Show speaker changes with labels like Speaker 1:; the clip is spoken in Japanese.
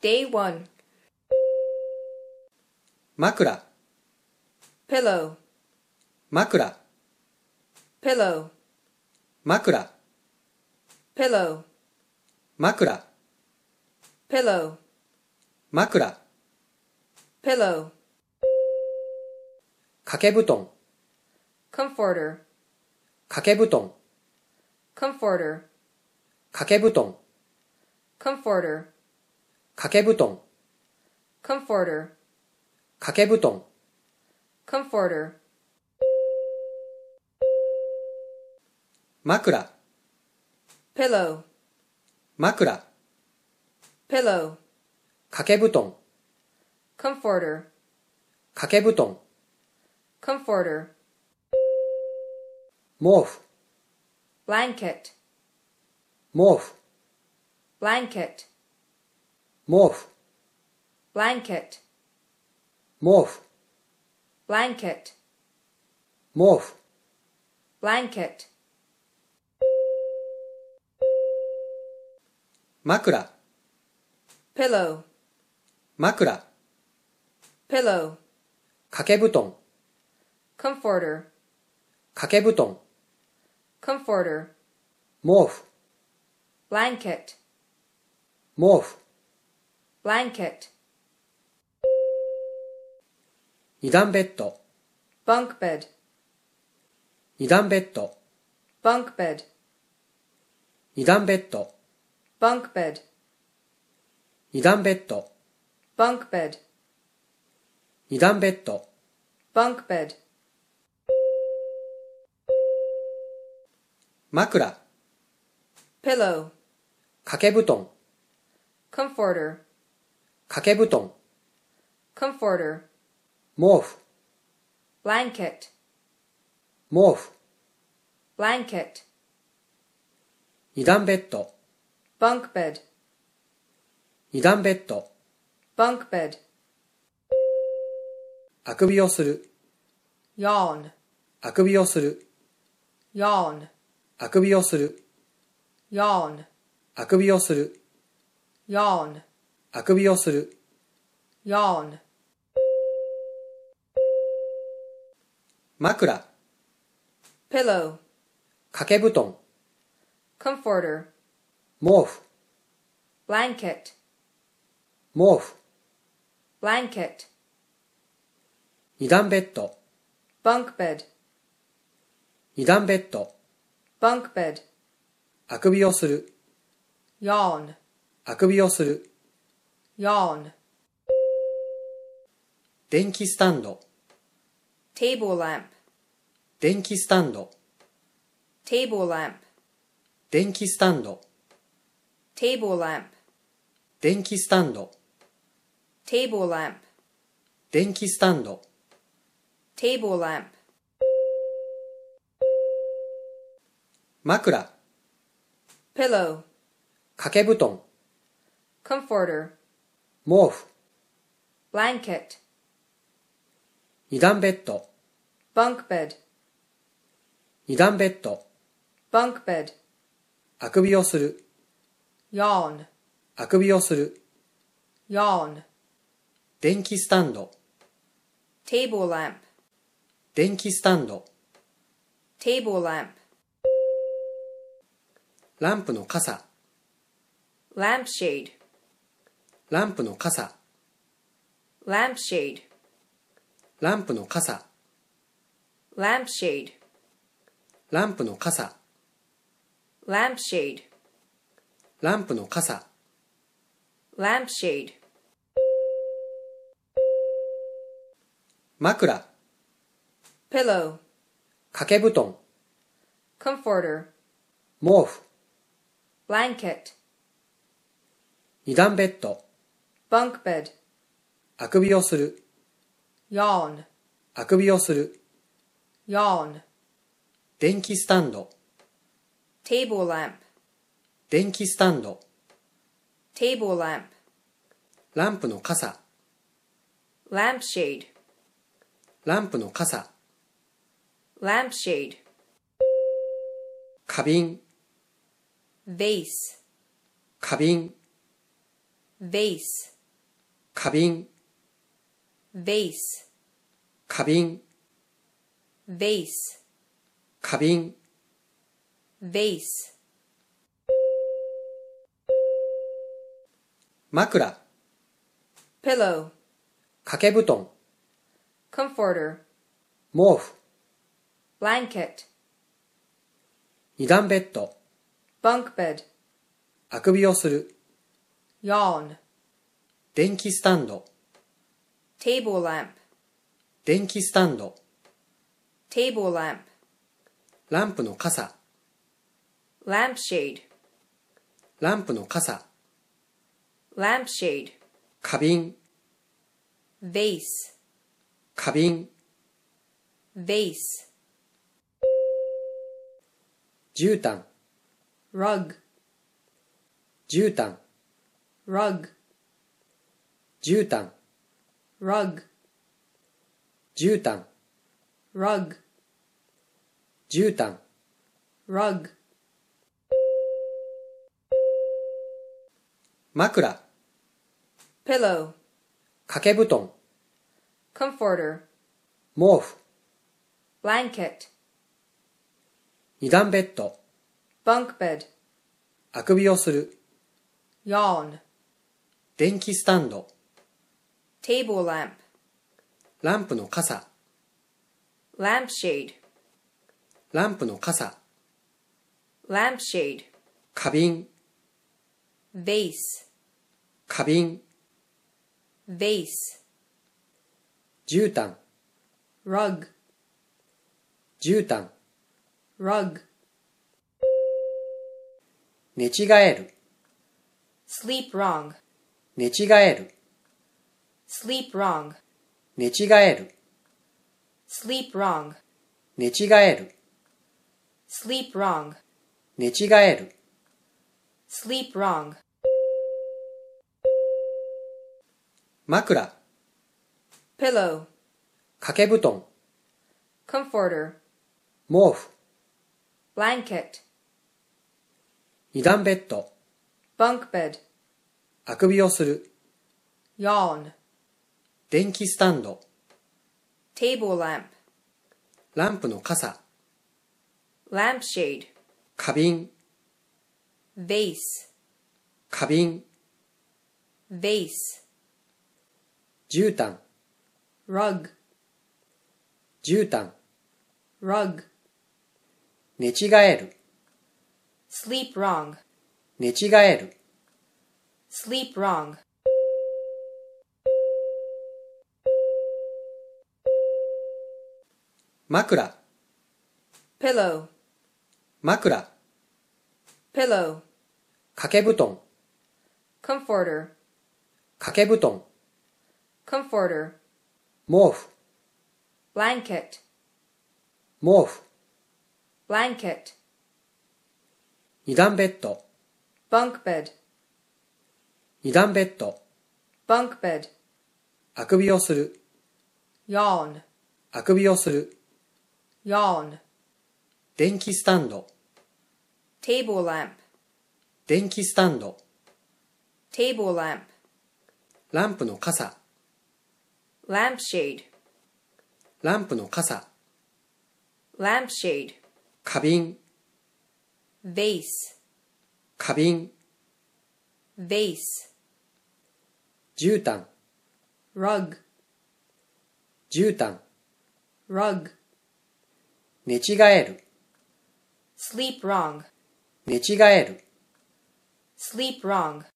Speaker 1: Day 1
Speaker 2: 枕
Speaker 1: Pillow
Speaker 2: 枕
Speaker 1: Pillow
Speaker 2: 枕
Speaker 1: Pillow
Speaker 2: 枕
Speaker 1: Pillow
Speaker 2: 枕
Speaker 1: Pillow
Speaker 2: 掛け布団
Speaker 1: Comforter
Speaker 2: 掛け布団
Speaker 1: Comforter
Speaker 2: 掛け布団
Speaker 1: Comforter
Speaker 2: 掛け布団
Speaker 1: Comforter
Speaker 2: 掛け布団
Speaker 1: Comforter
Speaker 2: 枕
Speaker 1: Pillow
Speaker 2: 枕
Speaker 1: Pillow
Speaker 2: 掛け布団
Speaker 1: Comforter
Speaker 2: 掛け布団
Speaker 1: Comforter
Speaker 2: 毛布
Speaker 1: Blanket
Speaker 2: 毛布
Speaker 1: Blanket
Speaker 2: 毛布
Speaker 1: Blanket
Speaker 2: 毛布
Speaker 1: Blanket
Speaker 2: 毛布
Speaker 1: Blanket
Speaker 2: 枕
Speaker 1: Pillow
Speaker 2: 枕
Speaker 1: Pillow
Speaker 2: 掛け布団
Speaker 1: Comforter
Speaker 2: 掛け布団
Speaker 1: Comforter
Speaker 2: 毛布
Speaker 1: Blanket
Speaker 2: 毛布
Speaker 1: Blanket
Speaker 2: 二段ベッド
Speaker 1: Bunk bed
Speaker 2: 二段ベッド
Speaker 1: Bunk bed
Speaker 2: 二段ベッド
Speaker 1: Bunk bed
Speaker 2: 二段ベッド
Speaker 1: Bunk bed
Speaker 2: 二段ベッド
Speaker 1: Bunk bed
Speaker 2: 枕
Speaker 1: Pillow
Speaker 2: 掛け布団
Speaker 1: Comforter
Speaker 2: 掛け布団
Speaker 1: Comforter
Speaker 2: 毛布
Speaker 1: Blanket
Speaker 2: 毛布
Speaker 1: Blanket
Speaker 2: 二段ベッド
Speaker 1: Bunk bed
Speaker 2: 二段ベッド
Speaker 1: Bunk bed
Speaker 2: あくびをする
Speaker 1: Yawn
Speaker 2: あくびをする
Speaker 1: Yawn
Speaker 2: あくびをする
Speaker 1: Yawn
Speaker 2: あくびをする
Speaker 1: Yawn
Speaker 2: あくびをする
Speaker 1: Yawn
Speaker 2: 枕
Speaker 1: Pillow
Speaker 2: 掛け布団
Speaker 1: Comforter
Speaker 2: 毛布
Speaker 1: Blanket
Speaker 2: 毛布
Speaker 1: Blanket
Speaker 2: 二段ベッド
Speaker 1: Bunk bed
Speaker 2: 二段ベッド
Speaker 1: Bunk bed
Speaker 2: あくびをする
Speaker 1: Yawn
Speaker 2: あくびをする
Speaker 1: Yawn
Speaker 2: 電気スタンド
Speaker 1: Table lamp
Speaker 2: 電気スタンド
Speaker 1: Table lamp
Speaker 2: 電気スタンド
Speaker 1: Table lamp
Speaker 2: 電気スタンド
Speaker 1: Table lamp
Speaker 2: 電気スタンド
Speaker 1: Table lamp
Speaker 2: 枕
Speaker 1: Pillow
Speaker 2: 掛け布団
Speaker 1: Comforter
Speaker 2: 毛布
Speaker 1: Blanket
Speaker 2: 二段ベッド
Speaker 1: Bunk bed
Speaker 2: 二段ベッド
Speaker 1: Bunk bed
Speaker 2: あくびをする
Speaker 1: Yawn
Speaker 2: あくびをする
Speaker 1: Yawn
Speaker 2: 電気スタンド
Speaker 1: Table lamp
Speaker 2: 電気スタンド
Speaker 1: Table lamp
Speaker 2: ランプの傘
Speaker 1: Lampshade
Speaker 2: ランプの傘
Speaker 1: Lampshade
Speaker 2: ランプの傘
Speaker 1: Lampshade
Speaker 2: ランプの傘
Speaker 1: Lampshade
Speaker 2: ランプの傘
Speaker 1: Lampshade
Speaker 2: 枕
Speaker 1: Pillow
Speaker 2: 掛け布団
Speaker 1: Comforter
Speaker 2: 毛布
Speaker 1: Blanket
Speaker 2: 二段ベッド
Speaker 1: Bunk bed
Speaker 2: あくびをする
Speaker 1: Yawn
Speaker 2: あくびをする
Speaker 1: Yawn
Speaker 2: 電気スタンド
Speaker 1: Table lamp
Speaker 2: 電気スタンド
Speaker 1: Table lamp
Speaker 2: ランプの傘
Speaker 1: Lampshade
Speaker 2: ランプの傘
Speaker 1: Lampshade
Speaker 2: 花瓶
Speaker 1: Vase
Speaker 2: 花瓶
Speaker 1: vase,
Speaker 2: 花瓶、
Speaker 1: vase,
Speaker 2: 花瓶、
Speaker 1: vase,
Speaker 2: 花瓶。
Speaker 1: vase,
Speaker 2: 枕、
Speaker 1: pillow,
Speaker 2: 掛け布団、
Speaker 1: comforter,
Speaker 2: 毛布、
Speaker 1: blanket,
Speaker 2: 二段ベッド、
Speaker 1: bunk bed,
Speaker 2: あくびをする、
Speaker 1: yawn,
Speaker 2: 電気スタンド、
Speaker 1: table lamp,
Speaker 2: 電気スタンド、
Speaker 1: table lamp,
Speaker 2: ランプの傘、
Speaker 1: lampshade,
Speaker 2: ランプの傘、
Speaker 1: lampshade,
Speaker 2: 花瓶、
Speaker 1: vase,
Speaker 2: 花瓶、
Speaker 1: vase,
Speaker 2: 絨毯、
Speaker 1: rug,
Speaker 2: 絨毯、
Speaker 1: rug,
Speaker 2: 絨毯、
Speaker 1: rug,
Speaker 2: 絨毯、
Speaker 1: rug,
Speaker 2: 絨毯、
Speaker 1: rug,
Speaker 2: 枕、
Speaker 1: pillow,
Speaker 2: 掛け布団、
Speaker 1: comforter,
Speaker 2: 毛布、
Speaker 1: blanket,
Speaker 2: 二段ベッド、
Speaker 1: bunk bed,
Speaker 2: あくびをする、
Speaker 1: yawn,
Speaker 2: 電気スタンド、
Speaker 1: table lamp,
Speaker 2: ランプの傘、
Speaker 1: lampshade,
Speaker 2: ランプの傘、
Speaker 1: lampshade,
Speaker 2: 花瓶、
Speaker 1: vase,
Speaker 2: 花瓶、
Speaker 1: vase,
Speaker 2: 絨毯、
Speaker 1: rug,
Speaker 2: 絨毯、
Speaker 1: rug,
Speaker 2: 寝違える、
Speaker 1: sleep wrong,
Speaker 2: 寝違える、
Speaker 1: sleep wrong,
Speaker 2: 寝違える、
Speaker 1: sleep wrong,
Speaker 2: 寝違える、
Speaker 1: sleep wrong,
Speaker 2: 寝違える、
Speaker 1: sleep wrong,
Speaker 2: 枕、
Speaker 1: pillow,
Speaker 2: 掛け布団、
Speaker 1: comforter,
Speaker 2: 毛布、
Speaker 1: blanket,
Speaker 2: 二段ベッド、
Speaker 1: bunk bed,
Speaker 2: あくびをする、
Speaker 1: yawn,
Speaker 2: 電気スタンド、
Speaker 1: table lamp,
Speaker 2: ランプの傘、
Speaker 1: lampshade,
Speaker 2: 花瓶、
Speaker 1: vase,
Speaker 2: 花瓶、
Speaker 1: vase,
Speaker 2: 絨毯、
Speaker 1: rug,
Speaker 2: 絨毯、
Speaker 1: rug,
Speaker 2: 寝違える、
Speaker 1: sleep wrong,
Speaker 2: 寝違える、
Speaker 1: sleep wrong,
Speaker 2: 枕、
Speaker 1: pillow,
Speaker 2: 枕、
Speaker 1: pillow,
Speaker 2: 掛け布団、
Speaker 1: comforter,
Speaker 2: 掛け布団、
Speaker 1: comforter,
Speaker 2: 毛布、
Speaker 1: blanket,
Speaker 2: 毛布、
Speaker 1: blanket,
Speaker 2: 二段ベッド、
Speaker 1: bunk bed,
Speaker 2: 二段ベッド、
Speaker 1: bunk bed,
Speaker 2: あくびをする、
Speaker 1: yawn,
Speaker 2: あくびをする、
Speaker 1: yawn,
Speaker 2: 電気スタンド、
Speaker 1: table lamp,
Speaker 2: 電気スタンド、
Speaker 1: table lamp,
Speaker 2: ランプの傘、
Speaker 1: lampshade,
Speaker 2: ランプの傘、
Speaker 1: lampshade,
Speaker 2: 花瓶、
Speaker 1: vase,
Speaker 2: 花瓶、
Speaker 1: vase,
Speaker 2: 絨毯、
Speaker 1: rug,
Speaker 2: 絨毯、
Speaker 1: rug,
Speaker 2: 寝違える、
Speaker 1: sleep wrong,
Speaker 2: 寝違える。
Speaker 1: sleep wrong.